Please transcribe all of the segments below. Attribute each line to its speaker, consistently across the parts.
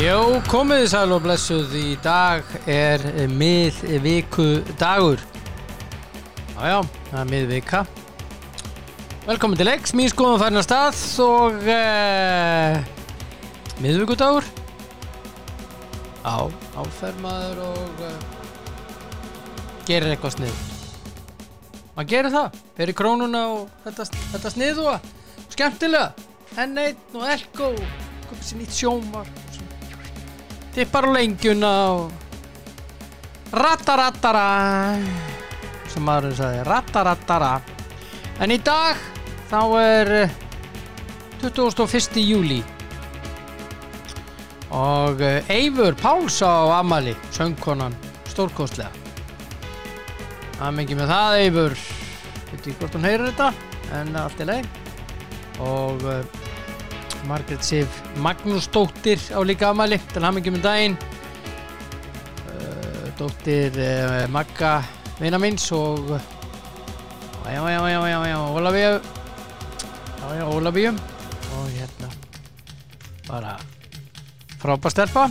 Speaker 1: Jó, komið þið sæl og blessuð í dag er miðviku dagur Já, já, það er miðvika Velkomin til leiks, mín skoðum færin að stað og e, miðviku dagur Já, áfermaður og e, gerir eitthvað snið Maður gerir það, fyrir krónuna og þetta, þetta sniðuga skemmtilega enn einn og elko og komið sér nýtt sjómar tippar á lengjuna og rattarattara sem maðurinn sagði rattarattara en í dag þá er eh, 21. júli og eh, Eivör Páls á Amali söngkonan stórkostlega aðmengi með það Eivör veit ekki hvort hún heyrir þetta en allt í leið og uh, Margrét Sif Magnúsdóttir á líka afmæli til hamingjum um daginn uh, dóttir uh, Magga vina minns og já já já já já já Ólafíu já já Ólafíu og hérna bara frábær stelpa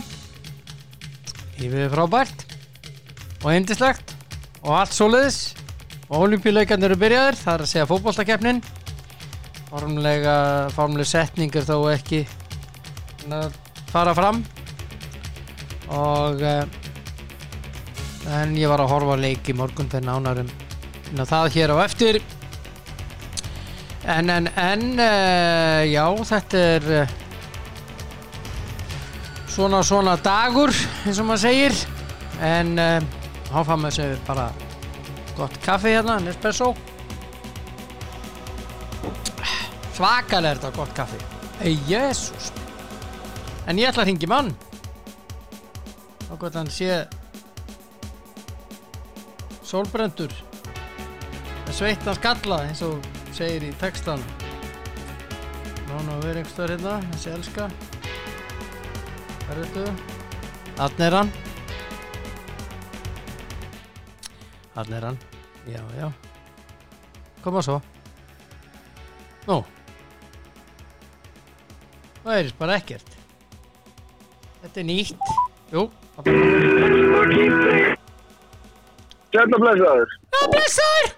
Speaker 1: yfir frábært og hindislegt og allt svoleiðis og olimpíuleikarnir eru byrjaðir það er að segja fótboltakeppnin formlega, formlega setningar þó ekki að fara fram og eh, en ég var að horfa á leik í morgun fyrir nánarum en um það hér á eftir en en en eh, já þetta er eh, svona svona dagur eins og maður segir en háfam með þessu bara gott kaffi hérna, Nespresso svakalega er þetta gott kaffi ei, jésús en ég ætla að hringi mann og hvort hann sé sólbrendur en sveitt hans galla eins og segir í textan nána að vera einhverstaðar hérna þessi elska hvað er þetta? Þann er hann Þann er hann já, já koma svo Nú Það er bara ekkert Þetta er nýtt Jú Það
Speaker 2: Hérna blessaður.
Speaker 1: er blessaður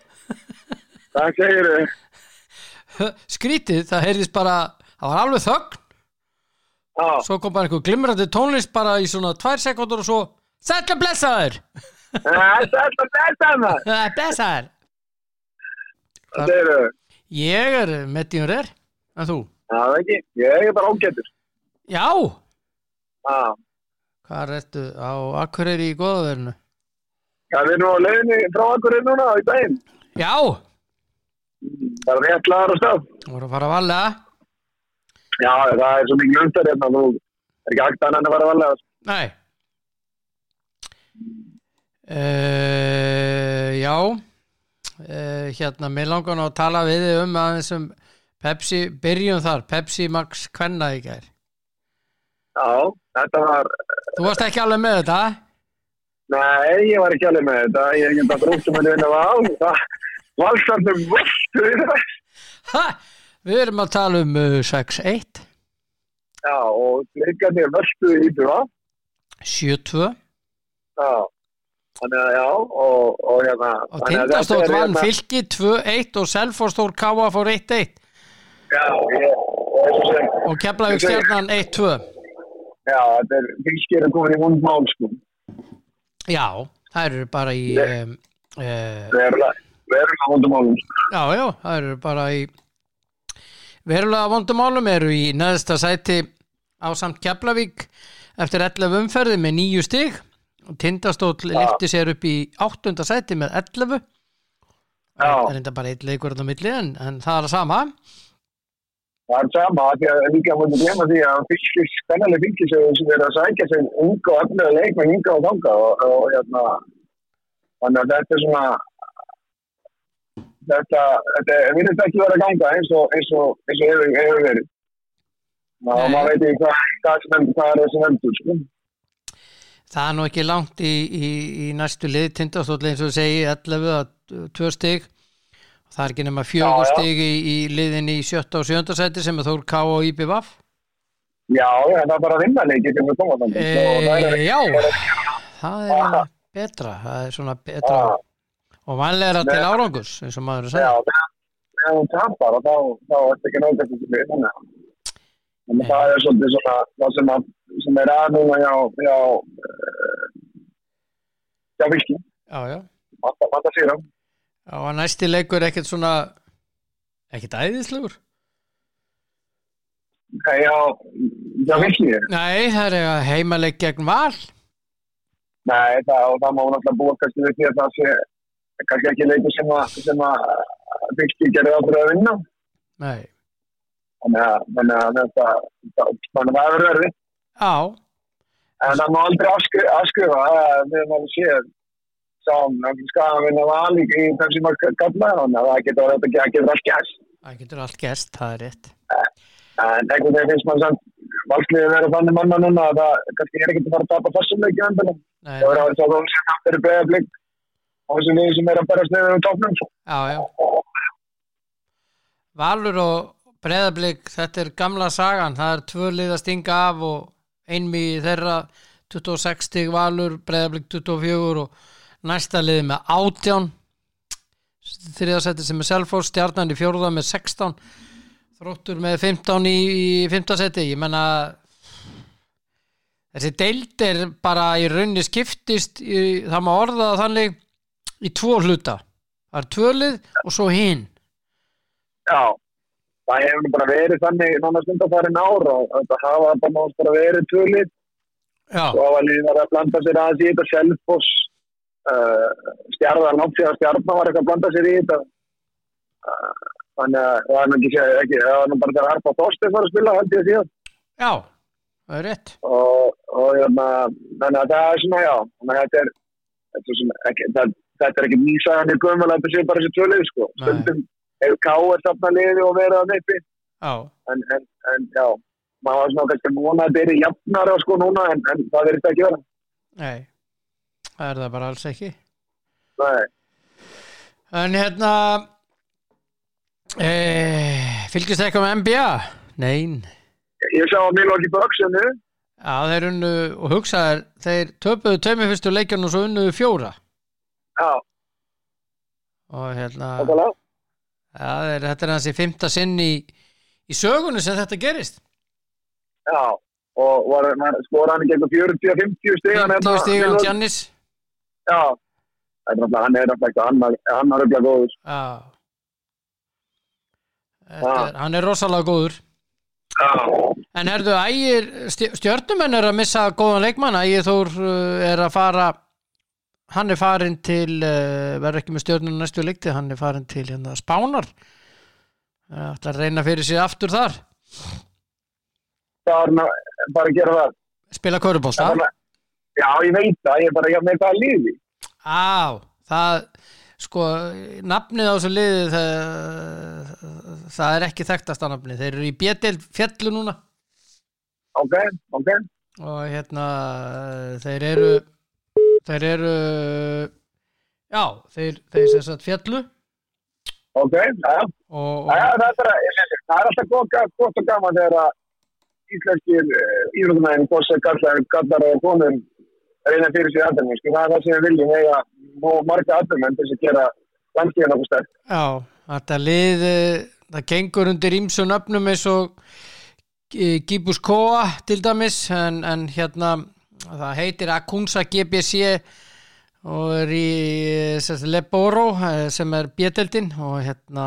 Speaker 2: Það segir þið.
Speaker 1: Skrítið, það heyrðist bara Það var alveg þögn
Speaker 2: Já,
Speaker 1: Svo kom bara einhver glimrandi tónlist bara í svona tvær sekundur og svo Þetta er blessaður
Speaker 2: Eh, þetta er blessaður maður.
Speaker 1: Það er blessaður
Speaker 2: Það segir þið.
Speaker 1: Ég er medjúrer En þú?
Speaker 2: Það er ekki. Ég er bara ágættur.
Speaker 1: Já
Speaker 2: Já.
Speaker 1: Hvað ertu á Akureyri í góðaverinu?
Speaker 2: Það er nú á leiðinni frá akkurinn núna í daginn.
Speaker 1: Já
Speaker 2: Það er rétt lagar og stað.
Speaker 1: Þú voru að fara að valega
Speaker 2: Já, það er svo mikið umstæður hérna. Nú er ekki akt annað en að fara valega.
Speaker 1: Nei uh, Já uh, Hérna, mér langar nú að tala við þig um aðeins um Pepsi, byrjum þar, Pepsi Max Kvenna í gær
Speaker 2: Já, þetta var...
Speaker 1: Þú varst ekki alveg með þetta
Speaker 2: Nei, ég var ekki alveg með þetta. Ég er ekki bara brústum henni vinna á. Það valsarnum vestu í þess.
Speaker 1: ha, Við erum að tala um uh, 6-1
Speaker 2: Já, og leikarnir vestu í það.
Speaker 1: 7-2
Speaker 2: Já. Þannig að já, og, og hérna...
Speaker 1: og
Speaker 2: þannig að þetta
Speaker 1: Tindastótt
Speaker 2: er
Speaker 1: vann
Speaker 2: hérna-
Speaker 1: fylki 2-1 og Selforstór Káa fór 1-1
Speaker 2: Já, ég-
Speaker 1: og Keflavík stjarnan 1-2
Speaker 2: já, þetta er fylgskir að koma í vond mál sko.
Speaker 1: Já, það eru bara í um, uh,
Speaker 2: Við erum að- við erum að vondum málum. sko.
Speaker 1: Já, já, það eru bara í verulega vondumálum eru í neðsta sæti á samt Keflavík eftir 11 umferði með nýju stig og Tindastóll lyfti sér upp í áttunda sæti með 11 það er
Speaker 2: Já,
Speaker 1: enda bara eitt leikur á milli en, en það er að sama
Speaker 2: það er sama af því að líka mútið glema því að fylgskir, spennanlega fylgskir sem er að sækja sem unga og öfnilega leikmenn hinga og þanga og, og hérna þannig að þetta er svona þetta, þetta virðist ekki vera að ganga eins og eins og, eins og hefur, hefur verið Ná,
Speaker 1: Nei.
Speaker 2: maður veit ekki hvað, hvað, sem, hvað er þessi vendur sko.
Speaker 1: það er nú ekki langt í, í, í næstu lið Tindastóll eins og segi 11 að 2 stig og það er ekki nema
Speaker 2: Já,
Speaker 1: 4
Speaker 2: já.
Speaker 1: stig í, í liðin í sjötta og sjönda sæti sem er Þór K og IBVF
Speaker 2: Já, já, það er bara að vinna leikið til við koma
Speaker 1: E,
Speaker 2: þannig. Og það er
Speaker 1: já, það er
Speaker 2: Ah.
Speaker 1: betra, það er svona betra
Speaker 2: Já,
Speaker 1: og vanlegra til
Speaker 2: Nei.
Speaker 1: árangurs eins og maður er að
Speaker 2: já,
Speaker 1: segja.
Speaker 2: meðan- meðan þú tapar og þá, þá ertu ekki náttúrulega til við þannig. að- Þannig að það er svolítið svona, það sem, að, sem er að núna hjá, hjá, eh, hjá Vilki.
Speaker 1: Já, já,
Speaker 2: Matta, matta sér á.
Speaker 1: já, og næsti leikur er ekkert svona, ekkert æðislegur.
Speaker 2: Já, hjá Vilki.
Speaker 1: Nei, það er eiga heimaleik gegn val.
Speaker 2: Nei, það, og það má náttúrulega búa kannski við því að það sé kannski ekki leikur sem að, sem að Vilki gerði ábyrða að vinna.
Speaker 1: Nei,
Speaker 2: Þannig að, þannig að þetta, þetta- þannig að það verður verið.
Speaker 1: já,
Speaker 2: En það má aldrei afskri, afskrifa að við erum alveg séð sáum að skafa vinna val í í þessi marg galla þannig að það getur þetta ekki að getur allt gæst.
Speaker 1: það getur allt gerst, það er rétt.
Speaker 2: En einhvern veginn finnst maður samt valsliðið verið þannig manna núna að það kannski er ekki að fara að tapa þessum leikið endunum.
Speaker 1: Nei,
Speaker 2: Það verður að það er sem aftur í bregðablík og þessum liðum sem er að berast niður um topnum. sko.
Speaker 1: já, já.
Speaker 2: Og-
Speaker 1: Valur og Breðablík, þetta er gamla sagan, það er tvö lið að stinga af og einmi þeirra 26 stig Valur, Breðablík 24 og næsta lið með 18 þriðasætti sem er Selfors, Stjarnan í fjórða með 16 Þróttur með 15 í, í fimmtasætti, ég menna þessi deild er bara í raunni skiptist í, það má orða það þannig í tvo hluta, það er tvö lið og svo hinn
Speaker 2: Já, það hefur nú bara verið þannig nánast undanfærin ára að það hafa bara nánast bara verið tvölið
Speaker 1: Já,
Speaker 2: og hafa liðin verið að blanda sér aðeins í þetta Selfoss uh, stjarðar náttúrulega stjarnar var eitthvað að blanda sér í þetta uh, þannig að það er nú ekki, ekki það var nú bara þegar Arpa Þorstein var að spila held ég síðan
Speaker 1: Já, það er rétt.
Speaker 2: og, og hérna, þannig að það er svona já þannig að þetta er þetta er, svona, ekki, það, þetta er ekki nýsagan í gömul að þetta sé bara þessi tölvið sko
Speaker 1: Nei.
Speaker 2: stundum hefur káir safna liði og verið að neipi
Speaker 1: Já,
Speaker 2: en, en, en já maður var svona kannski að vona að þetta er jafnara sko núna en, en það verður þetta ekki vera
Speaker 1: nei, það er það bara alls ekki.
Speaker 2: Nei.
Speaker 1: En hérna, e, fylgist eitthvað með NBA? Nein.
Speaker 2: Ég sá að Milwaukee Bucks hérna
Speaker 1: Já, þeir unnu og hugsaðir, þeir töpuðu tveimur fyrstu leikjan og svo unnuðu fjóra.
Speaker 2: Já,
Speaker 1: Og hérna, já,
Speaker 2: okkarlega.
Speaker 1: þeir, þetta er hans í fymta sinn í, í sögunni sem þetta gerist.
Speaker 2: Já, og var, man, skora hann ekki eitthvað 40-50 stíðan.
Speaker 1: 50 stígan Giannis.
Speaker 2: Já, það er náttúrulega, hann er náttúrulega eitthvað annar, hann er náttúrulega góður.
Speaker 1: Já. Þetta Er, hann er rosalega góður.
Speaker 2: Já,
Speaker 1: En herðu, ægir, stj- stjörnumenn er að missa góðan leikmann, ægir Þór uh, er að fara, hann er farin til, uh, verður ekki með stjörnun næstu leikti, hann er farin til hérna spánar, Það ætla að reyna fyrir sig aftur þar,
Speaker 2: það er ná- bara að gera það.
Speaker 1: spila körubólta.
Speaker 2: það er bara- Já, ég veit það, ég er bara, ég með það lífi.
Speaker 1: Á, það, sko, nafnið á þessu liði, það, það er ekki þekktasta nafnið, þeir eru í bjöldel fjallu núna.
Speaker 2: Ok, ok.
Speaker 1: og hérna þeir eru þeir eru já, þeir, þeir sem sagt fjallu
Speaker 2: Ok, já, já.
Speaker 1: og, og
Speaker 2: Já, það er bara, það er alltaf gott, gott og gaman þegar að íslenskir eh, íþjóðumæðin, hvorsi kallar, kallar og konum reyna fyrir sér aðdæmi, sko, það er það sem við viljum eiga og marga aðdæmi til þess að gera landstíðan okkur stærk.
Speaker 1: já, þetta lið eh, það gengur undir ímsu nöfnum eins og eh, Gibus Koa til dæmis en, en hérna það heitir Akunsa GBC og er í eh, sem sagt, Leboro eh, sem er bjeteldin og hérna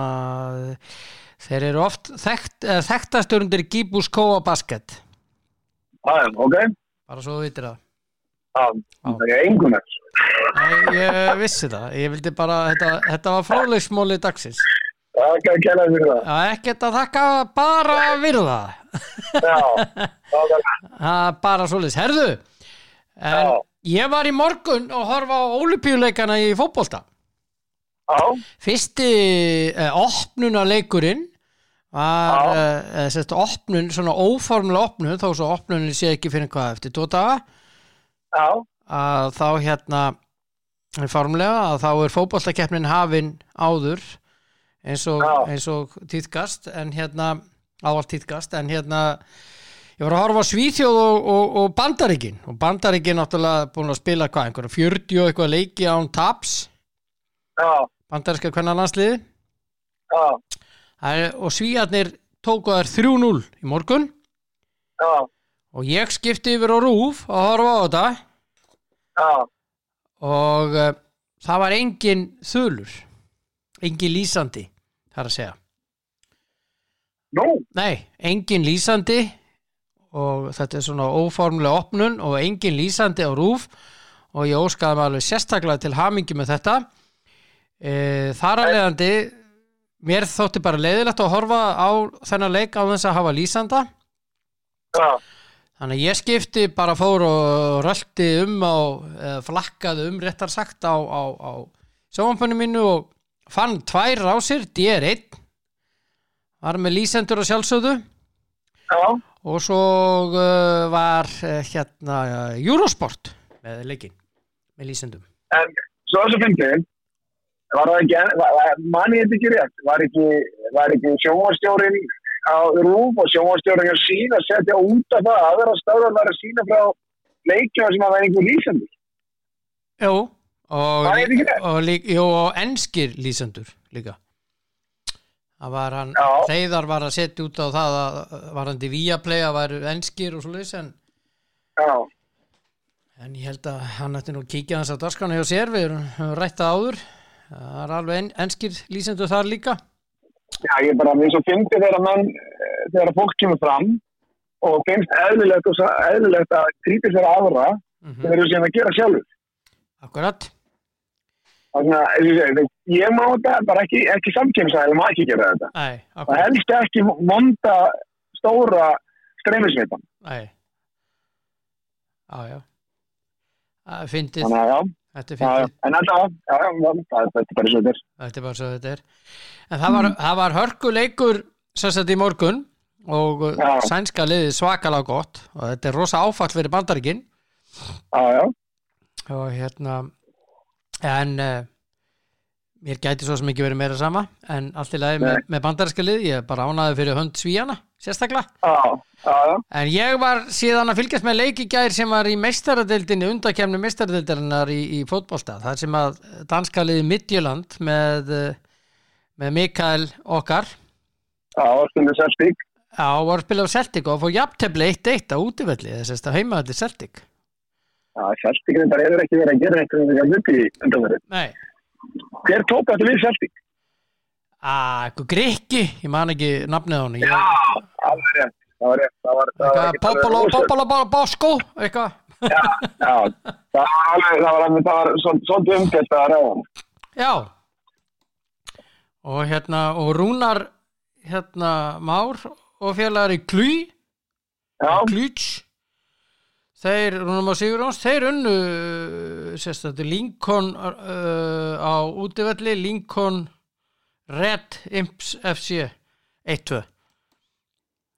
Speaker 1: þeir eru oft þekkt, eh, þekktastur undir Gibus Koa basket
Speaker 2: Já, ok,
Speaker 1: bara svo þú vitir það
Speaker 2: já, það er engun þess.
Speaker 1: Nei, ég vissi það. Ég vildi bara, þetta, þetta var frálegsmóli dagsins.
Speaker 2: Það er ekki að kella fyrir það.
Speaker 1: Já, ekkert að þakka bara virða.
Speaker 2: Já, það er
Speaker 1: Það er bara svoleiðis. Herðu, en
Speaker 2: Já.
Speaker 1: ég var í morgun og horfa á ólupíuleikana í fótbolta.
Speaker 2: Já,
Speaker 1: Fyrsti eh, opnunaleikurinn var,
Speaker 2: Já.
Speaker 1: eh, eh, sérst, opnun, svona óformlega opnun, þó svo opnunin sé ekki fyrir hvað eftir tvo daga.
Speaker 2: já,
Speaker 1: að þá hérna formlega að þá er fótbolltakeppnin hafin áður eins og,
Speaker 2: Já.
Speaker 1: eins og týðkast en hérna ávallt týðkast en hérna ég var að horfa á Svíþjóð og, og, og Bandaríkin og Bandaríkin náttúrulega búin að spila hvað, einhverja 40 og eitthvað leiki án taps
Speaker 2: já,
Speaker 1: bandaríska hvernig landsliði
Speaker 2: já,
Speaker 1: Það er- og Svíjarnir tóku þær 3-0 í morgun
Speaker 2: já,
Speaker 1: og ég skipti yfir á rúf að horfa á þetta
Speaker 2: já,
Speaker 1: og uh, það var engin þulur engin lýsandi þar að segja
Speaker 2: nú,
Speaker 1: Nei, engin lýsandi og þetta er svona óformlega opnun og engin lýsandi á rúf og ég óskaði mig alveg sérstaklega til hamingi með þetta e, Þar að leiðandi mér þótti bara leiðilegt að horfa á þennan leik á þess að hafa lýsanda
Speaker 2: já,
Speaker 1: þannig að ég skipti bara fór og rölti um á eða flakkaði um réttar sagt á, á, á sjónfönnu mínu og fann tvær rásir, DR1 var með lýsendur og sjálfsögðu
Speaker 2: já,
Speaker 1: og svo uh, var uh, hérna uh, Eurosport með leikin, með lýsendum
Speaker 2: en svo þessu fyndið, var það ekki, var- var- man ég þetta ekki rétt, var ekki, var ekki sjónvarstjórin á Rúf og sjónvarstjórin á sín að setja út af það að aðra stöðar var að sína frá leikja sem að það er einhver lýsendur.
Speaker 1: Jú, og,
Speaker 2: Var þetta ekki rétt?
Speaker 1: og, lík, jú, og enskir lýsendur líka það var hann,
Speaker 2: Já.
Speaker 1: Reyðar var að setja út á það að að varandi Viaplay að væru enskir og svo leys en,
Speaker 2: Já,
Speaker 1: en ég held að hann ætti nú að kíkja hans á dagskana hjá sér, við erum höfum rætt það áður það er alveg en, enskir lýsendur þar líka
Speaker 2: já, ég bara, mér svo fyndið þegar menn, eh, þegar fólk kemur fram og finnst eðlilegt, og, sa- eðlilegt að grípi sér aðra
Speaker 1: mm
Speaker 2: sem eru síðan að gera sjálfur.
Speaker 1: akkurat
Speaker 2: Þannig að, eins og ég segi, ég má þetta bara ekki, ekki samkjömsæðilega, má ekki gera þetta.
Speaker 1: Æ,
Speaker 2: og
Speaker 1: akkurat
Speaker 2: helst ekki monda stóra streymismitan.
Speaker 1: Nei. Já, já. Það er fyndið,
Speaker 2: Þannig að já,
Speaker 1: þetta er
Speaker 2: já, já.
Speaker 1: fyndið,
Speaker 2: en þetta, já, já, já, það þetta er bara svo þetta er.
Speaker 1: þetta er bara svo þetta er. En það var, það var hörkuleikur sérstaklega í morgun og
Speaker 2: Já.
Speaker 1: sænska liðið svakalega gott og þetta er rosa áfall fyrir bandaríkin
Speaker 2: Já, já,
Speaker 1: og hérna, en uh, mér gæti svo sem ekki verið meira sama en allt í lagi með, með bandaríska lið, ég er bara ánaði fyrir hönd svíjana sérstaklega.
Speaker 2: já, já, já,
Speaker 1: En ég var síðan að fylgjast með leik í gær sem var í meistaradeildinni, undakemni meistaradeildarinnar í, í fótbolta. Það sem að danska liði Midtjöland með, eh, með Mikael okkar
Speaker 2: já, stundið Celtic.
Speaker 1: á var að spila á Celtic og fór jafntefli 1-1 á útivelli þess að heimaðalli Celtic.
Speaker 2: Já, Celtic er bara hefur ekki verið að gera eitthvað þegar hluti í undanverið.
Speaker 1: Nei,
Speaker 2: Hver tók þetta við
Speaker 1: að
Speaker 2: Celtic?
Speaker 1: eitthvað Ah, grikki, ég man ekki nafnið á hann.
Speaker 2: Já, það var rétt, það var rétt, það var það var
Speaker 1: Eitthvað
Speaker 2: ekkert alveg
Speaker 1: Popolo,
Speaker 2: rosalegt.
Speaker 1: Popolo, Popolo, Bosco, eitthvað.
Speaker 2: Já, já, það var alveg, það var alveg, það var svo- svolítið umgætt að ráða.
Speaker 1: Já og hérna og Rúnar hérna Már og félagar í Klý
Speaker 2: Já,
Speaker 1: Klíts þeir, Rúnar Már Sigurjóns þeir unnu uh, sérstættu Lincoln uh, á útivelli Lincoln Red Imps FC 1-2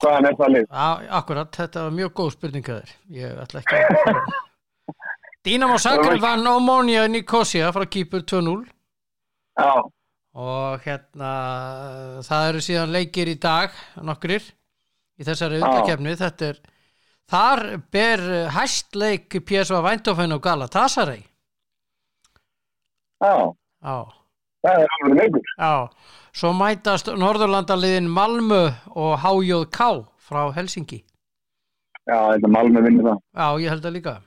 Speaker 2: hvað er með það lið?
Speaker 1: Á, Akkurat, þetta var mjög góð spurning að þér ég ætla ekki að Dínamo Zagreb vann Omonia Nikosia frá Kýpur 2-0
Speaker 2: Já,
Speaker 1: og hérna það eru síðan leikir í dag nokkrir í þessari undakefni þetta er þar ber eh, hæst leik PSV Væntofen og Galatasaray
Speaker 2: já,
Speaker 1: á,
Speaker 2: það er alveg leikur.
Speaker 1: á svo mætast Norðurlandaliðin Malmö og HJK frá Helsingi
Speaker 2: Já, þetta Malmö vinnir það.
Speaker 1: á ég held að líka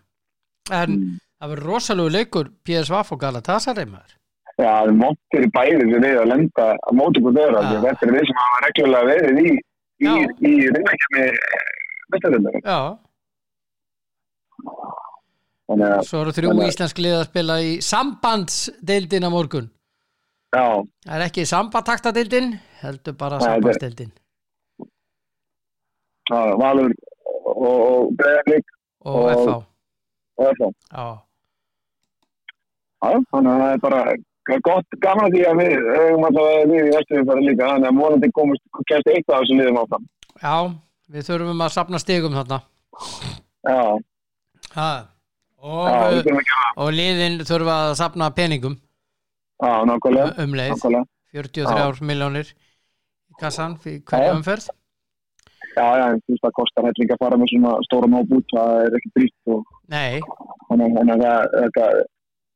Speaker 1: en
Speaker 2: Mm.
Speaker 1: það verður rosalegu leikur PSV og Galatasaray maður
Speaker 2: Já, það er móttir í bæði sem við að lenda á móti hvað þeirra.
Speaker 1: Já.
Speaker 2: Ja. Þetta er við sem hafa reglulega verið í, í,
Speaker 1: Já.
Speaker 2: í reynakjami mestaröndar.
Speaker 1: já,
Speaker 2: Þannig að,
Speaker 1: svo eru þrjú
Speaker 2: Þannig að-
Speaker 1: íslensk lið að spila í sambandsdeildin á morgun
Speaker 2: já,
Speaker 1: Það er ekki sambataktadeildin, heldur bara
Speaker 2: Nei, þetta er-
Speaker 1: sambandsdeildin.
Speaker 2: já, Valur og, og Breðavík
Speaker 1: Og
Speaker 2: Og-
Speaker 1: FH.
Speaker 2: og það.
Speaker 1: Já,
Speaker 2: Já, þannig að það er bara gott gaman að því að við höfum alltaf við í vesturinn bara líka. Þannig að vonandi komast, kemst eitthvað af þessu liðum áfram.
Speaker 1: já, við þurfum að sapna stigum þarna.
Speaker 2: Já,
Speaker 1: Ha.
Speaker 2: já, við
Speaker 1: Og, eh,
Speaker 2: þurfum ekki að,
Speaker 1: og liðin þurfa að sapna peningum
Speaker 2: já, nákvæmlega,
Speaker 1: um leið,
Speaker 2: nákvæmlega.
Speaker 1: 43 miljónir í kassan fyrir hverja
Speaker 2: Já.
Speaker 1: umferð.
Speaker 2: Já, já, en þú veist það kostar helling að fara með svona stóra móp út, það er ekki brýtt og
Speaker 1: Nei,
Speaker 2: þannig þannig að hérna, það, þetta,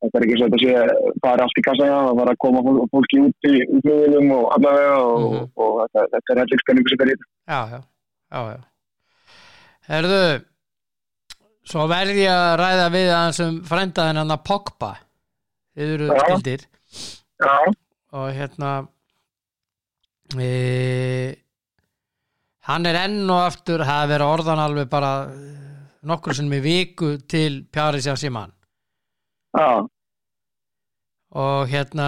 Speaker 2: þetta er ekki svo að þetta sé bara allt í kassa, já, það var að koma fól- fólki út í umflugilum og allavega og,
Speaker 1: Mhm.
Speaker 2: og, þetta, þetta er helling spenningu sem er í þetta.
Speaker 1: já, já, já, já. Herðu, svo verð ég að ræða við aðeins um frændaðin hann að Pogba. Þið eru
Speaker 2: Já.
Speaker 1: skildir
Speaker 2: Já,
Speaker 1: og hérna, e, hann er enn og aftur, það er verið orðan alveg bara nokkur sem í viku til Pjaris Jassimann.
Speaker 2: já,
Speaker 1: og hérna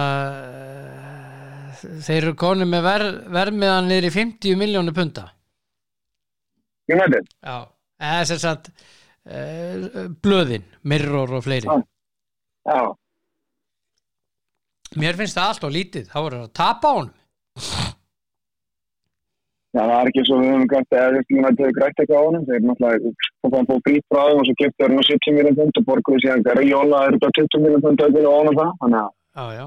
Speaker 1: eh, þeir eru konið með ver, vermiðan niður í 50 miljónu punta
Speaker 2: ég veit þetta.
Speaker 1: já, eða sem sagt eh, blöðin, mirror og fleiri
Speaker 2: Já. Já,
Speaker 1: mér finnst það allt og lítið þá voru það að tapa á honum
Speaker 2: já, það er ekki svo við höfum grætt, eða við höfum grætt grætt eitthvað á honum, þeir náttúrulega fóðan fóð brýtt frá þeim og svo kiptu þeir hann á 70 miljón pund og borguðu síðan Gariola er þetta 20 miljón pund og eitthvað á honum það, þannig að
Speaker 1: já, já,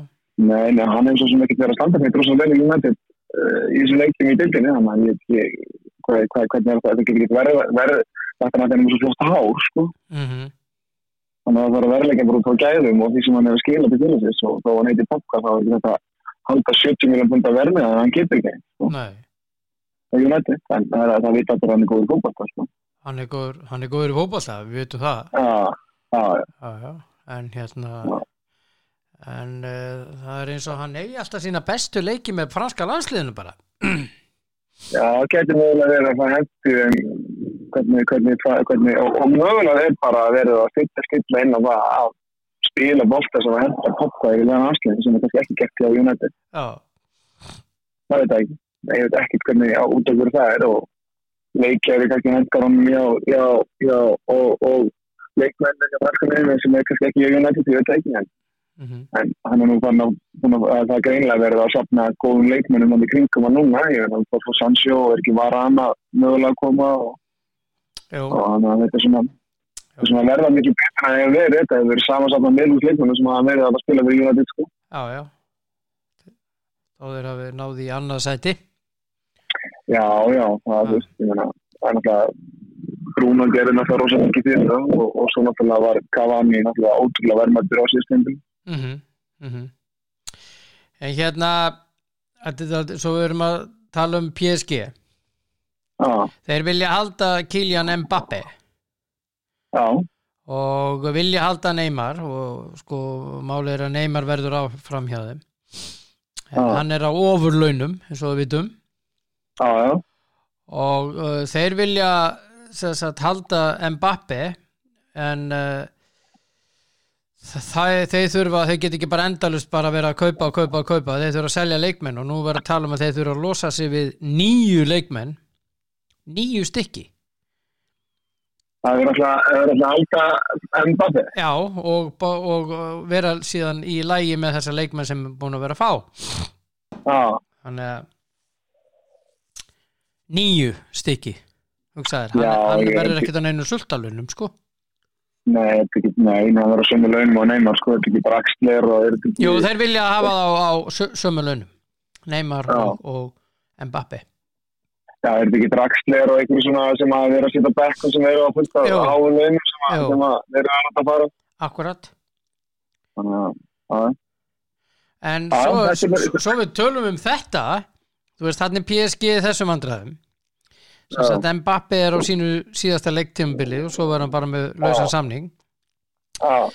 Speaker 2: Nei, nei, hann hefur svo sem ekkert verið að standa með drosan vel í United uh, í þessum leikjum í deildinni, þannig að ég, ég hvað, hvað, hvernig er þetta, þetta getur ekki verið, verið þetta er að það er mjög svo flott hár, sko
Speaker 1: mhm
Speaker 2: þannig að það þarf að verðleika bara út á gæðum og því sem hann hefur skilað til fyrir þess og þó hann heiti Pogba þá er ekki þetta að halda 70 miljón pund að verðið að hann getur ekki sko,
Speaker 1: nei,
Speaker 2: á United, en það, er- það vita allir að hann er góður góðbætt, sko
Speaker 1: hann er góður, hann er góður í fótballta við veitum það,
Speaker 2: Já, já,
Speaker 1: já, já en hérna
Speaker 2: Já.
Speaker 1: en uh, það er eins og hann eigi alltaf sína bestu leiki með franska landsliðinu bara
Speaker 2: já, það getur mögulega verið að það hefði en hvernig, hvernig, hvað- hvernig og, og mögulega er bara að verið að fyrta skilla inn á það að spila bolta sem að henda poppa í leðan afslöðin sem er kannski ekki gert hjá United
Speaker 1: já,
Speaker 2: það veit það ekki, ég veit ekki hvernig á út af hverju það er og leikjæri kannski hendar honum já, já, já og, og leikmenn eða verkefni sem er kannski ekki hjá United, ég veit það ekki en
Speaker 1: mhm
Speaker 2: en hann er nú fann að, búinn að, að það er greinlega verið að sapna góðum leikmennum hann í kringum hann núna, ég veit að hann fór frá Sancho og er ekki vara hann að mögulega að koma og,
Speaker 1: Jú,
Speaker 2: og hann að þetta er svona þetta er svona að verða mikið betra en hefur verið þetta hefur verið samansapna með úr leikmennum sem hafa verið að spila fyrir United sko.
Speaker 1: Já, já. Þá þeir hafi náði í annað sæti.
Speaker 2: Já, já, það er þú veist, ég meina, það er náttúrulega Bruno gerði náttúrulega rosa mikið fyrir það og, og svo náttúrulega var Cavani náttúrulega ótrúlega verðmættur á síðustendum
Speaker 1: Mm -hmm. En hérna, þetta er það- svo við erum að tala um PSG.
Speaker 2: Já,
Speaker 1: Þeir vilja halda Kylian Mbappe
Speaker 2: já,
Speaker 1: og vilja halda Neymar og sko málið er að Neymar verður áfram hjá þeim. En
Speaker 2: Já.
Speaker 1: hann er á ofurlaunum, eins og við vitum.
Speaker 2: já, já,
Speaker 1: og uh, þeir vilja sem sagt, halda Mbappe en uh, það, þeir þurfa þeir get ekki bara endalust bara að vera að kaupa og kaupa og kaupa, þeir þurfa að selja leikmenn og nú verður að tala um að þeir þurfa að losa sig við nýju leikmenn nýju stykki
Speaker 2: það er náttúrulega það er náttúrulega alltaf Mbappe
Speaker 1: já og, og, og uh, vera síðan í lægi með þessa leikmenn sem er búin að vera að fá
Speaker 2: Já,
Speaker 1: þannig að nýju stykki hugsaðir, hann,
Speaker 2: Já,
Speaker 1: hann
Speaker 2: ég-
Speaker 1: verður ekkert á neinu sultalunum sko
Speaker 2: Nei, þetta er ekki, nei, það verður sömu launum og neymar, sko, þetta er ekki bara axlir og er þetta ekki...
Speaker 1: Jú, þeir vilja hafa það á, á sömu launum Neymar
Speaker 2: Já.
Speaker 1: og, og Mbappe
Speaker 2: Já, er þetta ekki bara axlir og einhverju svona sem að vera að sitja á bekkum sem eru að fullta
Speaker 1: Jú.
Speaker 2: á launum sem, að-
Speaker 1: Jú.
Speaker 2: sem að vera að láta fara.
Speaker 1: Akkurat
Speaker 2: Þannig að, já,
Speaker 1: En
Speaker 2: Já,
Speaker 1: svo,
Speaker 2: þetta er bara-
Speaker 1: svo, svo við tölum um þetta Þú veist, þannig PSG í þessum andræðum
Speaker 2: Já.
Speaker 1: Svo að Mbappe er á sínu síðasta leiktímbili og svo var hann bara með lausan
Speaker 2: Já.
Speaker 1: samning
Speaker 2: já,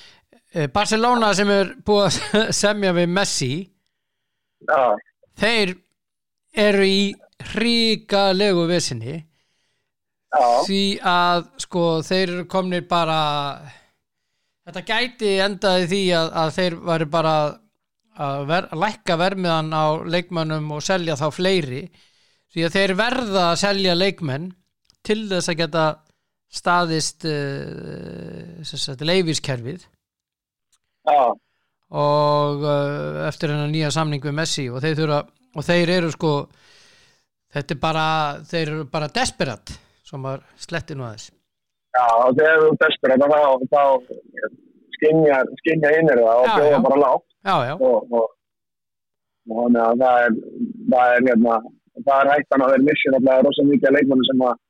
Speaker 1: Eh, Barcelona sem er búið að semja við Messi
Speaker 2: já,
Speaker 1: Þeir eru í hríkalegu vesinni
Speaker 2: já,
Speaker 1: því að sko þeir eru komnir bara þetta gæti endaði því að, að þeir væri bara að, ver, að lækka vermiðan á leikmönnum og selja þá fleiri því að þeir verða að selja leikmenn til þess að geta staðist uh, leifiskerfið
Speaker 2: já,
Speaker 1: og uh, eftir hennar nýja samning við Messi og þeir, þurfa, og þeir eru sko þetta er bara þeir eru bara desperat sem var sletti nú aðeins
Speaker 2: já, og þegar þú destur þetta þá, eh, þá skinja, skinja innir það og
Speaker 1: Já, já.
Speaker 2: bjóða bara lágt
Speaker 1: já já,
Speaker 2: og, og, og þannig að það er, það er, hérna, það er hættan að þeir missi náttúrulega rosa mikið að leikmannu sem að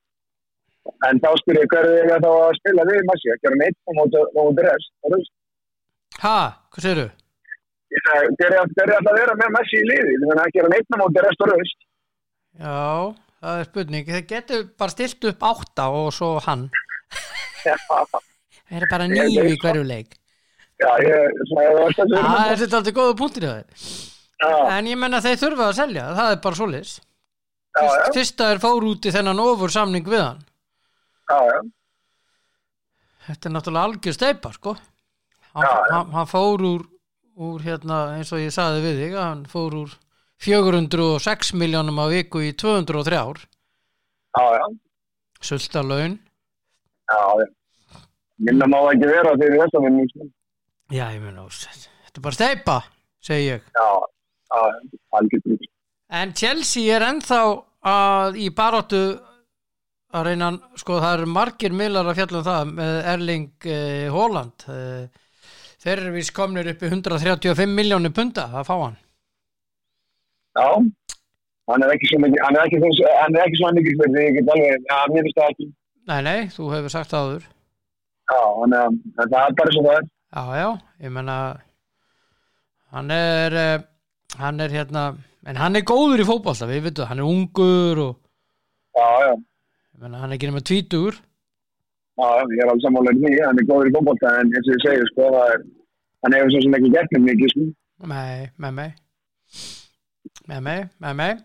Speaker 2: En þá spyr ég hverju ég þá að spila við Massi, að gera hann einn og móta móti rest. Það veist,
Speaker 1: Ha, hvað segirðu?
Speaker 2: ég sagði, þeir eru þeir eru alltaf að vera með Massi í liði, þannig að gera hann einn og móti rest og rest.
Speaker 1: Já, það er spurning. Þeir getur bara stilt upp átta og svo hann. Það eru bara nýju í hverju leik.
Speaker 2: Já, ég, svona, ég var alltaf að
Speaker 1: Það er
Speaker 2: vera
Speaker 1: þetta aldrei góða punktir hjá þeir.
Speaker 2: með
Speaker 1: En ég menna þeir þurfa að selja, það er bara svolis.
Speaker 2: Já, já, já,
Speaker 1: Fyrsta er fór út í þennan ofur samning við hann.
Speaker 2: já, já.
Speaker 1: Þetta er náttúrulega algjör steipa, sko. Hann,
Speaker 2: Já, já.
Speaker 1: hann, hann fór úr, úr, hérna, eins og ég saði við þig, að hann fór úr 406 miljónum á viku í 203 ár.
Speaker 2: Já, já,
Speaker 1: Sultalaun.
Speaker 2: já, já. Minna má ekki vera þegar þess að minni. sko.
Speaker 1: Já, ég menna, þetta er bara steipa, segi ég.
Speaker 2: Já, já, já, algjörður.
Speaker 1: En Chelsea er ennþá að, í baróttu að reyna, sko það eru margir millar að fjalla um það með Erling eh, Haaland. Eh, þeir eru vist komnir upp í 135 miljónir punda að fá hann.
Speaker 2: Já, hann er ekki svo mikið, hann er ekki svo, hann er ekki svo mikið fyrir því, ég get alveg, já, mér finnst það ekki.
Speaker 1: Nei, nei, þú hefur sagt það áður.
Speaker 2: Já, hann er, það er bara svo það er.
Speaker 1: Já, já, ég menna, hann er, eh, hann er hérna, en hann er góður í fótbolta, við veitum, hann er ungur og,
Speaker 2: Já, já,
Speaker 1: ég menna, hann er ekki nema tvítugur.
Speaker 2: já, já, ég er alveg sammálega því, hann er góður í kompóta, en eins og ég segi, sko, það er, hann hefur svo sem ekki gert mér mikið, sko.
Speaker 1: Nei, með mig með mig, með mig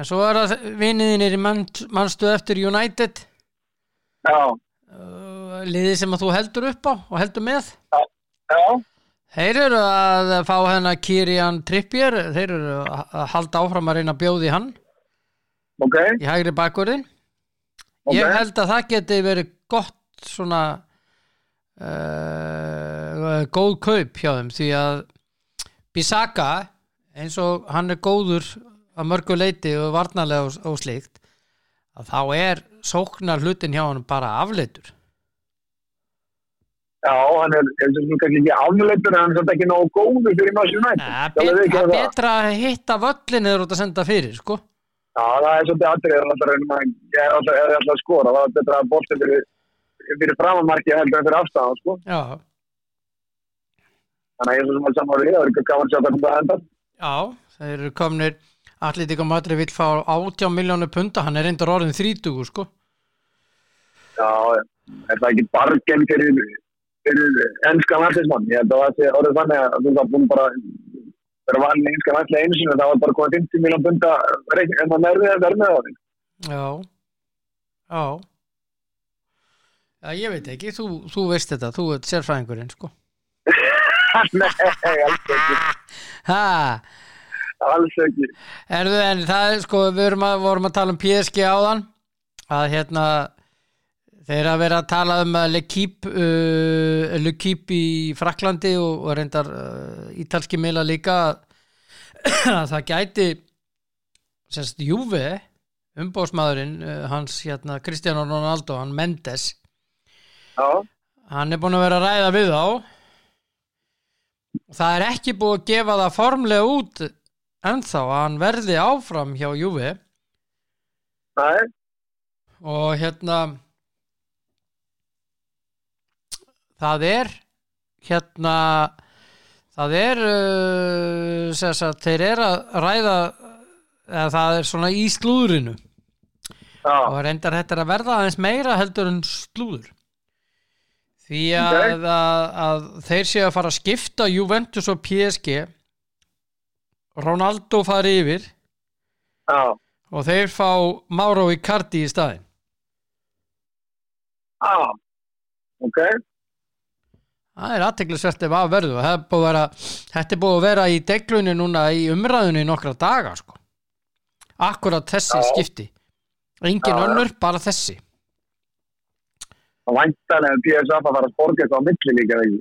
Speaker 1: en svo er það viniðinir mannstu eftir United
Speaker 2: Já,
Speaker 1: uh, liðið sem að þú heldur upp á og heldur með
Speaker 2: já,
Speaker 1: þeir eru að fá hennar Kirian Trippier, þeir eru að að halda áfram að reyna að bjóði hann
Speaker 2: ok,
Speaker 1: í hægri bakverðin
Speaker 2: ok,
Speaker 1: ég held að það geti verið gott svona uh, góð kaup hjá þeim því að Bissaka eins og hann er góður að mörgu leiti og varnarlega og, og slíkt að þá er sóknar hlutin hjá hann bara afleitur
Speaker 2: já, hann er, eins og sem kannski ekki afleitur, en hann er svolítið ekki nógu góður fyrir maður sem nætt.
Speaker 1: það er bet- það er betra að hitta völlin eða þú ert að senda fyrir sko
Speaker 2: Já, það er svolítið aðrið að það reynum að ég er alltaf, er alltaf að skora, það er betra að bóta fyrir, fyrir framamarkið heldur en fyrir afstæðan, sko.
Speaker 1: já,
Speaker 2: Þannig að ég er svo sem að samfári, það er ekki gaman að sjá hvernig það endar.
Speaker 1: já þeir eru komnir Atletico Madrid vill fá 18 miljónu punda, hann er reyndar orðin 30 sko
Speaker 2: Já, er það ekki bargen fyrir, fyrir ennska vallismann? Ég held að það sé orðið þannig að þú það búin bara vera valin í ennska valli einu sinni, það var bara komið 50 miljón bunda reikn, en það nærði það verðið á því.
Speaker 1: Já, já. Já, ég veit ekki, þú, þú veist þetta, þú ert sérfræðingurinn, sko.
Speaker 2: Nei, alls ekki,
Speaker 1: Ha,
Speaker 2: alls ekki.
Speaker 1: erðu en það, er, sko, við erum að, vorum að tala um PSG áðan, að hérna, þeir að vera að tala um að Lekip, uh, Lekip í Fraklandi og, og reyndar uh, ítalski miðla líka, að það gæti, semst, Júve, umbóðsmaðurinn, uh, hans, hérna, Kristján Ronaldo, hann Mendes,
Speaker 2: Já,
Speaker 1: Hann er búin að vera að ræða við á og það er ekki búið að gefa það formlega út ennþá að hann verði áfram hjá Júfi
Speaker 2: nei,
Speaker 1: og hérna það er hérna það er uh, sem sagt, þeir eru að ræða eða það er svona í slúðurinu
Speaker 2: já,
Speaker 1: og reyndar þetta er að verða aðeins meira heldur en slúður því að,
Speaker 2: Ok.
Speaker 1: að, að þeir séu að fara að skipta Juventus og PSG Ronaldo fari yfir
Speaker 2: já.
Speaker 1: og þeir fá Mauro Icardi í staðin
Speaker 2: Já, ok,
Speaker 1: það er aðteglisvert ef að verðu Það er búið að vera, þetta er búið að vera í deglunni núna í umræðunni í nokkra daga sko. akkurat þessi
Speaker 2: Já.
Speaker 1: skipti engin
Speaker 2: Já, já.
Speaker 1: önnur, bara þessi
Speaker 2: og væntanlega PSF að fara að borga eitthvað á milli líka eða ekki.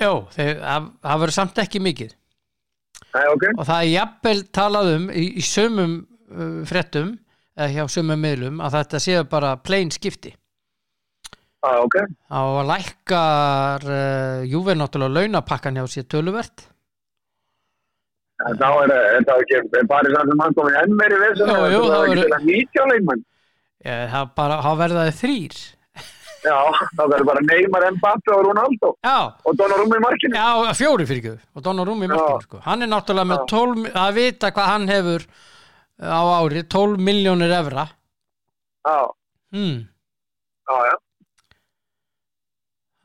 Speaker 1: Jó, þeir, það það verður samt ekki mikið
Speaker 2: Nei, ok,
Speaker 1: og það er jafnvel talað um í, í sömum uh, fréttum eða hjá sömum miðlum að þetta séu bara plain skipti
Speaker 2: já, ok,
Speaker 1: á að lækkar uh, júfið náttúrulega launapakkan hjá sér töluvert
Speaker 2: en þá er, er það ekki, er bara þess að hann komið enn meiri vesen,
Speaker 1: Jú, jú,
Speaker 2: það
Speaker 1: þá
Speaker 2: er ekki
Speaker 1: eru-
Speaker 2: til að nýtja leikmann.
Speaker 1: Ég, það bara, þá verða þið þrýr.
Speaker 2: Já, það verður bara Neymar, Mbappe og Ronaldo
Speaker 1: Já,
Speaker 2: og Donnarumma í markinu.
Speaker 1: Já, fjóri fyrir guð og Donnarumma í markinu sko. hann er náttúrulega með
Speaker 2: Já.
Speaker 1: 12 mi- að vita hvað hann hefur uh, á ári 12 miljónir evra
Speaker 2: Já,
Speaker 1: mm.
Speaker 2: já, já.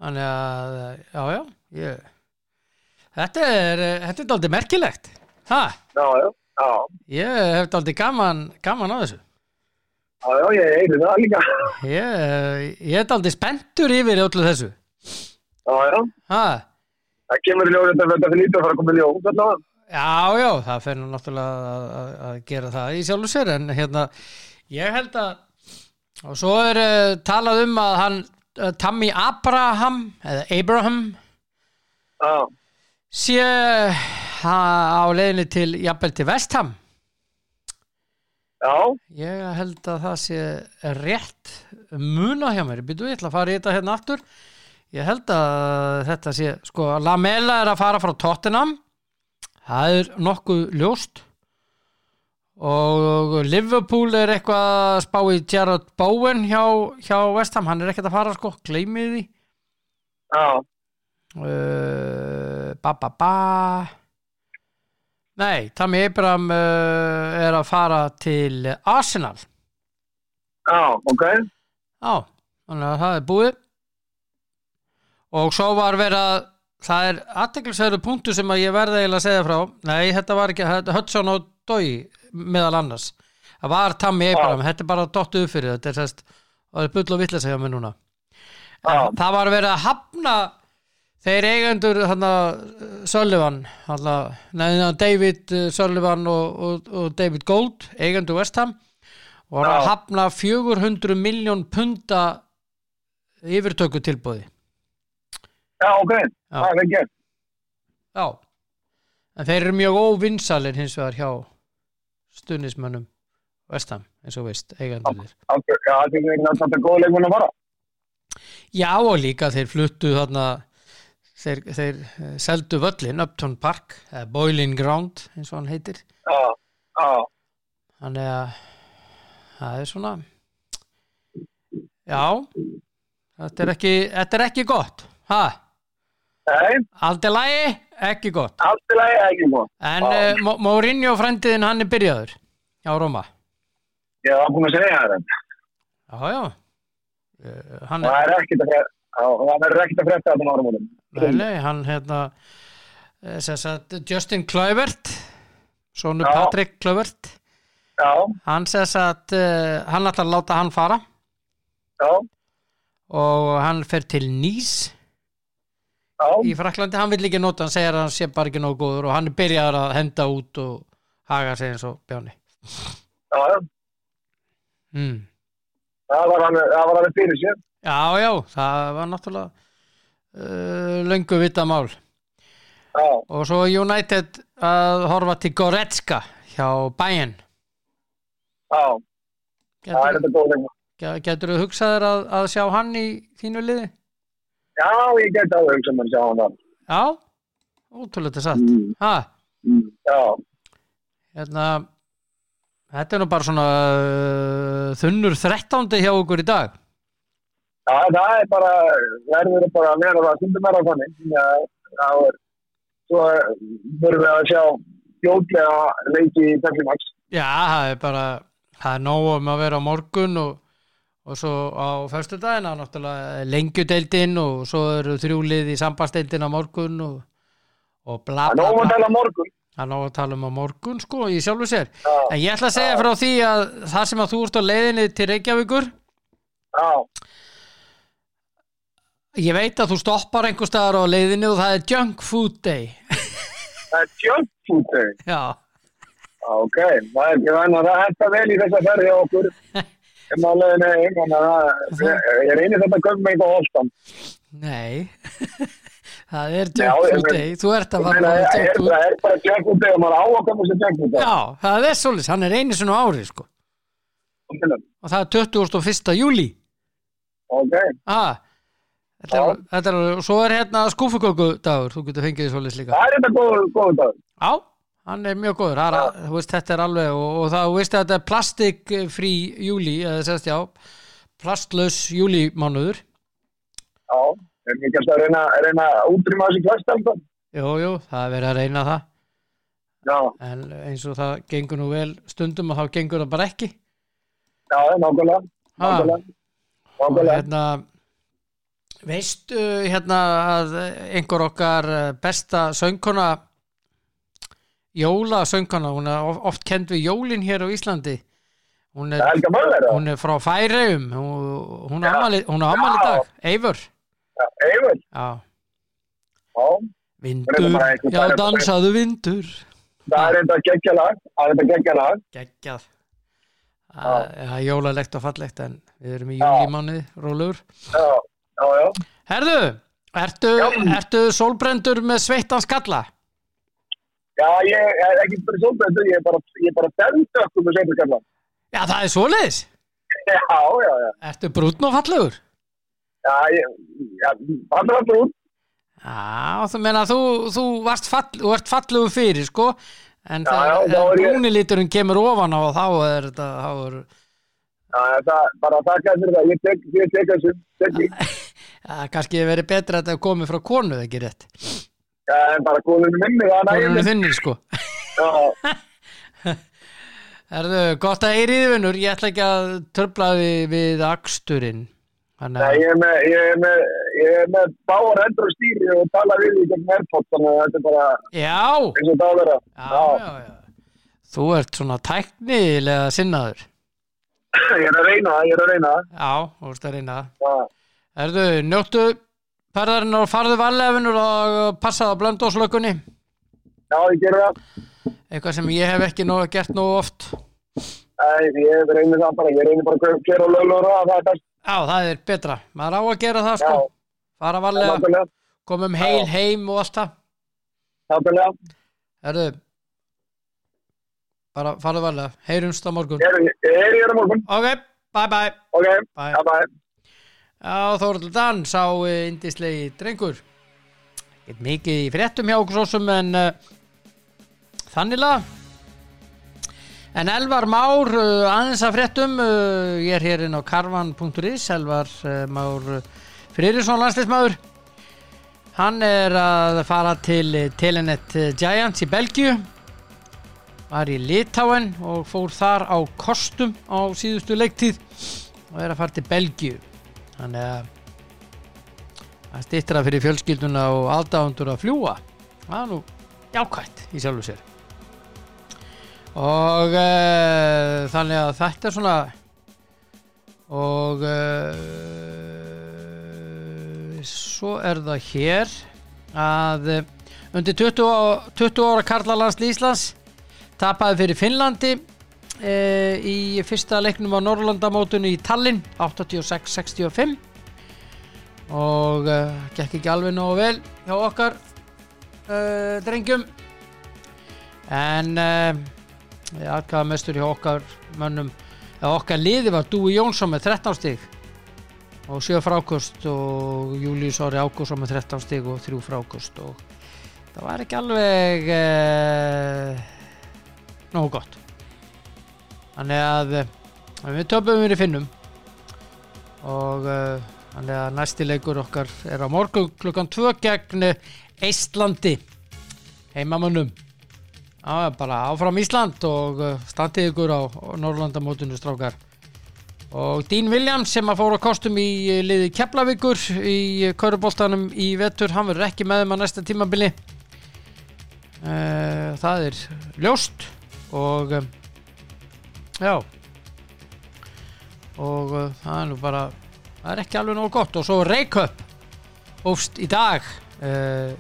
Speaker 1: þannig að já, já ég... þetta er eh, þetta er daldið merkilegt ha,
Speaker 2: Já, já, já,
Speaker 1: ég hef daldið gaman, gaman á þessu
Speaker 2: já, já, ég heyri það líka.
Speaker 1: ég, ég er daldið spenntur yfir öllu þessu
Speaker 2: Já, já,
Speaker 1: ha,
Speaker 2: það kemur í ljóð þetta þetta fyrir lítið að fara að koma í ljóð. Þetta var,
Speaker 1: Já, já, það fer nú náttúrulega að, að, að gera það í sjálfu sér en hérna, ég held að og svo er uh, talað um að hann uh, Tammy Abraham eða Abraham
Speaker 2: já,
Speaker 1: sé uh, á leiðinni til jafnvel til Vestham
Speaker 2: já,
Speaker 1: ég held að það sé rétt muna hjá mér býtu, ég ætla að fara í þetta hérna aftur ég held að þetta sé sko, Lamela er að fara frá Tottenham það er nokkuð ljóst og Liverpool er eitthvað að spá í Gerard Bowen hjá, hjá Vestham, hann er ekkert að fara sko, gleymið því
Speaker 2: já,
Speaker 1: uh, ba ba ba nei, Tammy Abraham uh, er að fara til Arsenal
Speaker 2: já, ok,
Speaker 1: Já, þannig að það er búið og svo var verið að það er aðteklisverðu punktu sem að ég verði eiginlega að segja frá nei, þetta var ekki, þetta Hudson og Dói meðal annars það var Tammy Abraham, þetta er bara dottu upp fyrir þetta er sérst, það er bull og vill að segja mér núna
Speaker 2: Já.
Speaker 1: En það var verið að hafna þeir eigendur hana, Sullivan hana, neina, David eh, Sullivan og, og, og David Gold eigendur West Ham og var að
Speaker 2: Já.
Speaker 1: hafna 400 miljón punta yfirtöku tilbúði
Speaker 2: já, ok, það er ekki,
Speaker 1: já en þeir eru mjög óvinnsalir hins vegar hjá stuðnismönnum West Ham eins og veist, eigendur þér
Speaker 2: ok, já, það er ekki náttúrulega góð leikmenn að fara.
Speaker 1: já og líka þeir fluttu þarna þeir, þeir eh, seldu völlin Upton Park, eða Boiling Ground eins og hann heitir
Speaker 2: Já, já,
Speaker 1: Þannig að það er svona Já Þetta er ekki, þetta er ekki gott ha,
Speaker 2: nei,
Speaker 1: Aldrei lægi, ekki gott
Speaker 2: allt í lagi ekki sko. góð.
Speaker 1: En
Speaker 2: Já.
Speaker 1: uh, Mourinho frændiðin hann er byrjaður á Róma
Speaker 2: Ég var búin að segja þér þetta.
Speaker 1: Já, já Eh, Hann,
Speaker 2: Það er ekkert að frétta, já, það er ekkert að frétta þetta árum úrum.
Speaker 1: Nei, hann hérna eh, sem sagt, Justin Kluivert Sonu
Speaker 2: Já.
Speaker 1: Patrick Kluivert
Speaker 2: Já,
Speaker 1: Hann sess að uh, hann ætlar að láta hann fara
Speaker 2: já,
Speaker 1: og hann fer til Nýs
Speaker 2: já,
Speaker 1: í Fraklandi, hann vil ekki nota hann segir að hann sé bara ekki nógu góður og hann er byrjaður að henda út og haga sig eins og bjáni
Speaker 2: já, já.
Speaker 1: mm.
Speaker 2: Það var alveg, það var alveg fyrir sér.
Speaker 1: já, já, það var náttúrulega uh, löngu vita mál
Speaker 2: Já,
Speaker 1: og svo United að horfa til Goretzka hjá Bayern
Speaker 2: já, það
Speaker 1: getur,
Speaker 2: er þetta góð leikmenn.
Speaker 1: getur þú hugsaður að, að sjá hann í þínu liði?
Speaker 2: Já, ég geti alveg hugsað mér að sjá hann það.
Speaker 1: Já, ótrúlega þetta satt
Speaker 2: Mm.
Speaker 1: ha,
Speaker 2: Já,
Speaker 1: hérna þetta er nú bara svona uh, þunnur 13. hjá okkur í dag
Speaker 2: já, það er bara, verður bara að vera það stundum er að konni. Það er, svo verðum við að sjá fljótlega leiki í Pepsimax.
Speaker 1: Já, það er bara það er nóg um að vera á morgun og, og svo á föstudagina náttúrulega lengjudeildin og svo eru þrjúlið í sambandsdeildin á morgun og, og bla
Speaker 2: Það er
Speaker 1: bla
Speaker 2: nóg um að
Speaker 1: bla
Speaker 2: tala á morgun.
Speaker 1: það er nóg að tala um á morgun sko í sjálfu sér
Speaker 2: Já,
Speaker 1: en ég ætla að segja frá því að það sem að þú ert á leiðinni til Reykjavíkur
Speaker 2: já,
Speaker 1: ég veit að þú stoppar einhver staðar á leiðinni og það er junk food day
Speaker 2: það er junk food day.
Speaker 1: já,
Speaker 2: Ok, það er ekki þannig að það hætta vel í þessa ferði hjá okkur. Ég má leiðin heim, þannig að það- ég reynir þetta að köpa með eitthvað holtan.
Speaker 1: nei það er junk
Speaker 2: Já, ég
Speaker 1: food
Speaker 2: meina-
Speaker 1: day þú ert
Speaker 2: Ég
Speaker 1: að
Speaker 2: meina,
Speaker 1: fara á
Speaker 2: Það er
Speaker 1: junk food
Speaker 2: það er bara jackfúti og maður á að koma sér jackfúti.
Speaker 1: já, það er svolítið, hann er einu sinni á ári sko og það er 21. júli
Speaker 2: Ok,
Speaker 1: ah, þetta,
Speaker 2: Já.
Speaker 1: er, þetta er og svo er hérna skúfuköku dagur þú getur fengið því svolítið líka
Speaker 2: það er þetta góð, góð dag.
Speaker 1: já, Hann er mjög góður, það er, að- þú veist, þetta er alveg og, og það, þú veist að þetta er plastikfrí júli, eða sérst já plastlaus júlimánuður
Speaker 2: Já, er ekki kannski að reyna, að reyna að útrýma þessi plast alltaf?
Speaker 1: Jú, jú, það er verið að reyna það
Speaker 2: Já,
Speaker 1: en eins og það gengur nú vel stundum og þá gengur það bara ekki
Speaker 2: já, nákvæmlega,
Speaker 1: Ha.
Speaker 2: nákvæmlega,
Speaker 1: og
Speaker 2: nákvæmlega.
Speaker 1: hérna veistu hérna að einhver okkar eh, besta söngkona jóla söngkona hún er of- oft kend við jólin hér á Íslandi hún er,
Speaker 2: Helga Möller, eða?
Speaker 1: hún er frá Færeum hún, hún
Speaker 2: Já.
Speaker 1: á afmæli- hún á amal í
Speaker 2: Já.
Speaker 1: dag, Eivör
Speaker 2: Já,
Speaker 1: Hérna-
Speaker 2: Eivur,
Speaker 1: já,
Speaker 2: já, Reyndum
Speaker 1: vindur,
Speaker 2: bara einhver
Speaker 1: já
Speaker 2: færa-
Speaker 1: dansaðu vindur
Speaker 2: það er þetta geggjalag, það er þetta geggjalag,
Speaker 1: geggjað það það er jólalegt og fallegt en við erum í júlímánuði, rólegur
Speaker 2: já, já, já,
Speaker 1: herðu, ertu, ertu sólbrendur með sveittan skalla?
Speaker 2: já, ég er ekki fyrir svolítið, ég er bara, ég er bara dæmt okkur með sveitur kalla.
Speaker 1: Já, það er svoleiðis.
Speaker 2: Já, já, já,
Speaker 1: Ertu brúnn og fallegur?
Speaker 2: já, ég, já, hann er alltaf út,
Speaker 1: Já, þú meina, þú, þú varst fall, þú ert fallegur fyrir, sko. En
Speaker 2: Já,
Speaker 1: það,
Speaker 2: já, þá
Speaker 1: en
Speaker 2: er ég-
Speaker 1: brúni liturinn kemur ofan á og þá er þetta, þá er,
Speaker 2: já, já, það, bara þakka þér fyrir það, ég tek, ég tek þessu, tek ég,
Speaker 1: ja, kannski hefur verið betra að þetta komið frá konu, það er ekki rétt.
Speaker 2: já, en bara konunum minni, það er
Speaker 1: Konunni
Speaker 2: nægir,
Speaker 1: þinni, sko.
Speaker 2: já,
Speaker 1: Erðu, gott að eyri þið vinnur, ég ætla ekki að tröfla við, við aksturinn. Þannig
Speaker 2: Nei,
Speaker 1: að,
Speaker 2: ég er með, ég er með, ég er með báar hendur og stýri og tala við í gegn AirPods, þannig að þetta er bara
Speaker 1: já,
Speaker 2: eins og það á að vera.
Speaker 1: já, já, já. Þú ert svona tæknilega sinnaður.
Speaker 2: Ég er að reyna það, ég er að reyna það.
Speaker 1: Já, þú ert að reyna það.
Speaker 2: Já.
Speaker 1: Erðu, njóttu ferðarinn og farðu varlefinur og passaðu á blöndóslökunni
Speaker 2: Já, ég gerir það.
Speaker 1: eitthvað sem ég hef ekki nóg, gert nóg oft
Speaker 2: Nei, ég reynir það bara, ég reynir bara að gera lögulegur og það er best.
Speaker 1: Já, það er betra, maður á að gera það
Speaker 2: Já,
Speaker 1: sko fara varlega,
Speaker 2: nákvæmlega,
Speaker 1: komum heil heim og allt það
Speaker 2: nákvæmlega.
Speaker 1: Erðu bara farðu varlega, heyrumst á morgun
Speaker 2: Ég er, ég er, ég er á morgun.
Speaker 1: Ok, bye bye
Speaker 2: Ok,
Speaker 1: Bye.
Speaker 2: bye bye.
Speaker 1: Já, Þorldur Dan sá eh, indislegi drengur Ekkert mikið í fréttum hjá okkur svo sem en uh, þanniglega En Elvar Már uh, aðeins að fréttum uh, ég er hér inn á karvan.is Elvar uh, Már Frýrisson landslismæður Hann er að fara til eh, Telenet eh, Giants í Belgíu var í Litáen og fór þar á kostum á síðustu leiktíð og er að fara til Belgíu þannig að það stýttra fyrir fjölskylduna og aldáundur að fljúa það er nú jákvætt í sjálfu sér og uh, þannig að þetta er svona og uh, svo er það hér að eh, undir 20, á- 20 ára Karlalandsli Íslands tapaði fyrir Finnlandi e, í fyrsta leiknum á Norrlandamótinu í Tallinn 86-65 og e, gekk ekki alveg nógu vel hjá okkar e, drengjum en e, aðkaða mestur hjá okkar mönnum eða okkar liði var Dúi Jónsson með 13 stig og 7 frákust og Július Ári Ágússon með 13 stig og 3 frákust og það var ekki alveg e, nógu gott þannig að eh, við töpum við finnum og eh, þannig að næsti leikur okkar er á morgun klukkan 2 gegn eh, Eistlandi heimamönnum Já, bara áfram Ísland og eh, standið ykkur á Norrlandamótinu strákar og Dean Williams sem að fóra kostum í eh, liði Keflavíkur í Köruboltanum í vetur hann verður ekki með þeim að næsta tímabili Eh, það er ljóst og eh, já og eh, það er nú bara það er ekki alveg nóg gott og svo Reykjöp ófst í dag uh,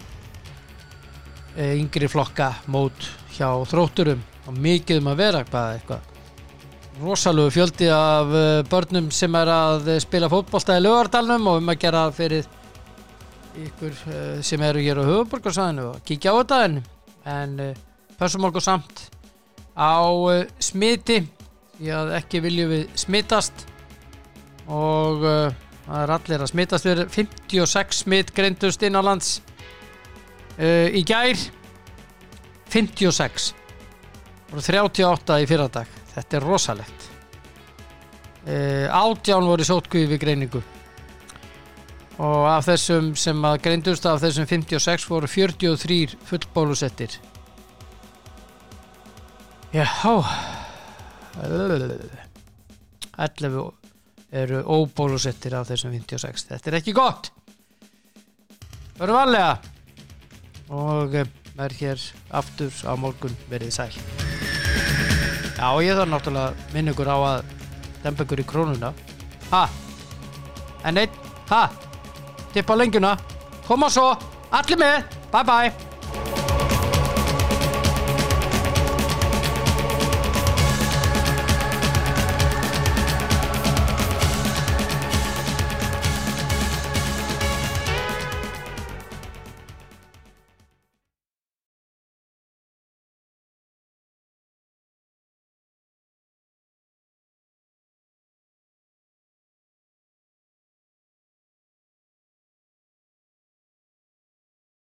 Speaker 1: yngri flokka mót hjá þrótturum og mikið um að vera hvað eitthvað rosalegu fjöldi af eh, börnum sem er að eh, spila fótbolta í lögardalnum og um að gera fyrir ykkur eh, sem eru hér á höfuborgarsæðinu og kíkja á þetta en, en eh, pössum okkur samt á eh, smiti því að ekki viljum við smitast og eh, það er allir að smitast við eh, 56 smitt greindust innanlands uh, í gær 56 voru 38 í fyrradag þetta er rosalegt Eh, 18 voru í sótkvíði við greiningu og af þessum sem að greindust af þessum 56 voru 43 fullbólusettir Jáhá 11 eru óbólusettir af þessum 56 þetta er ekki gott Veru varlega og eh, verð hér aftur á morgun verið sæl Já, ég þarf náttúrulega að minna ykkur á að dempa ykkur í krónuna Ha, en einn, ha tippa lengjuna, koma svo allir með, bye bye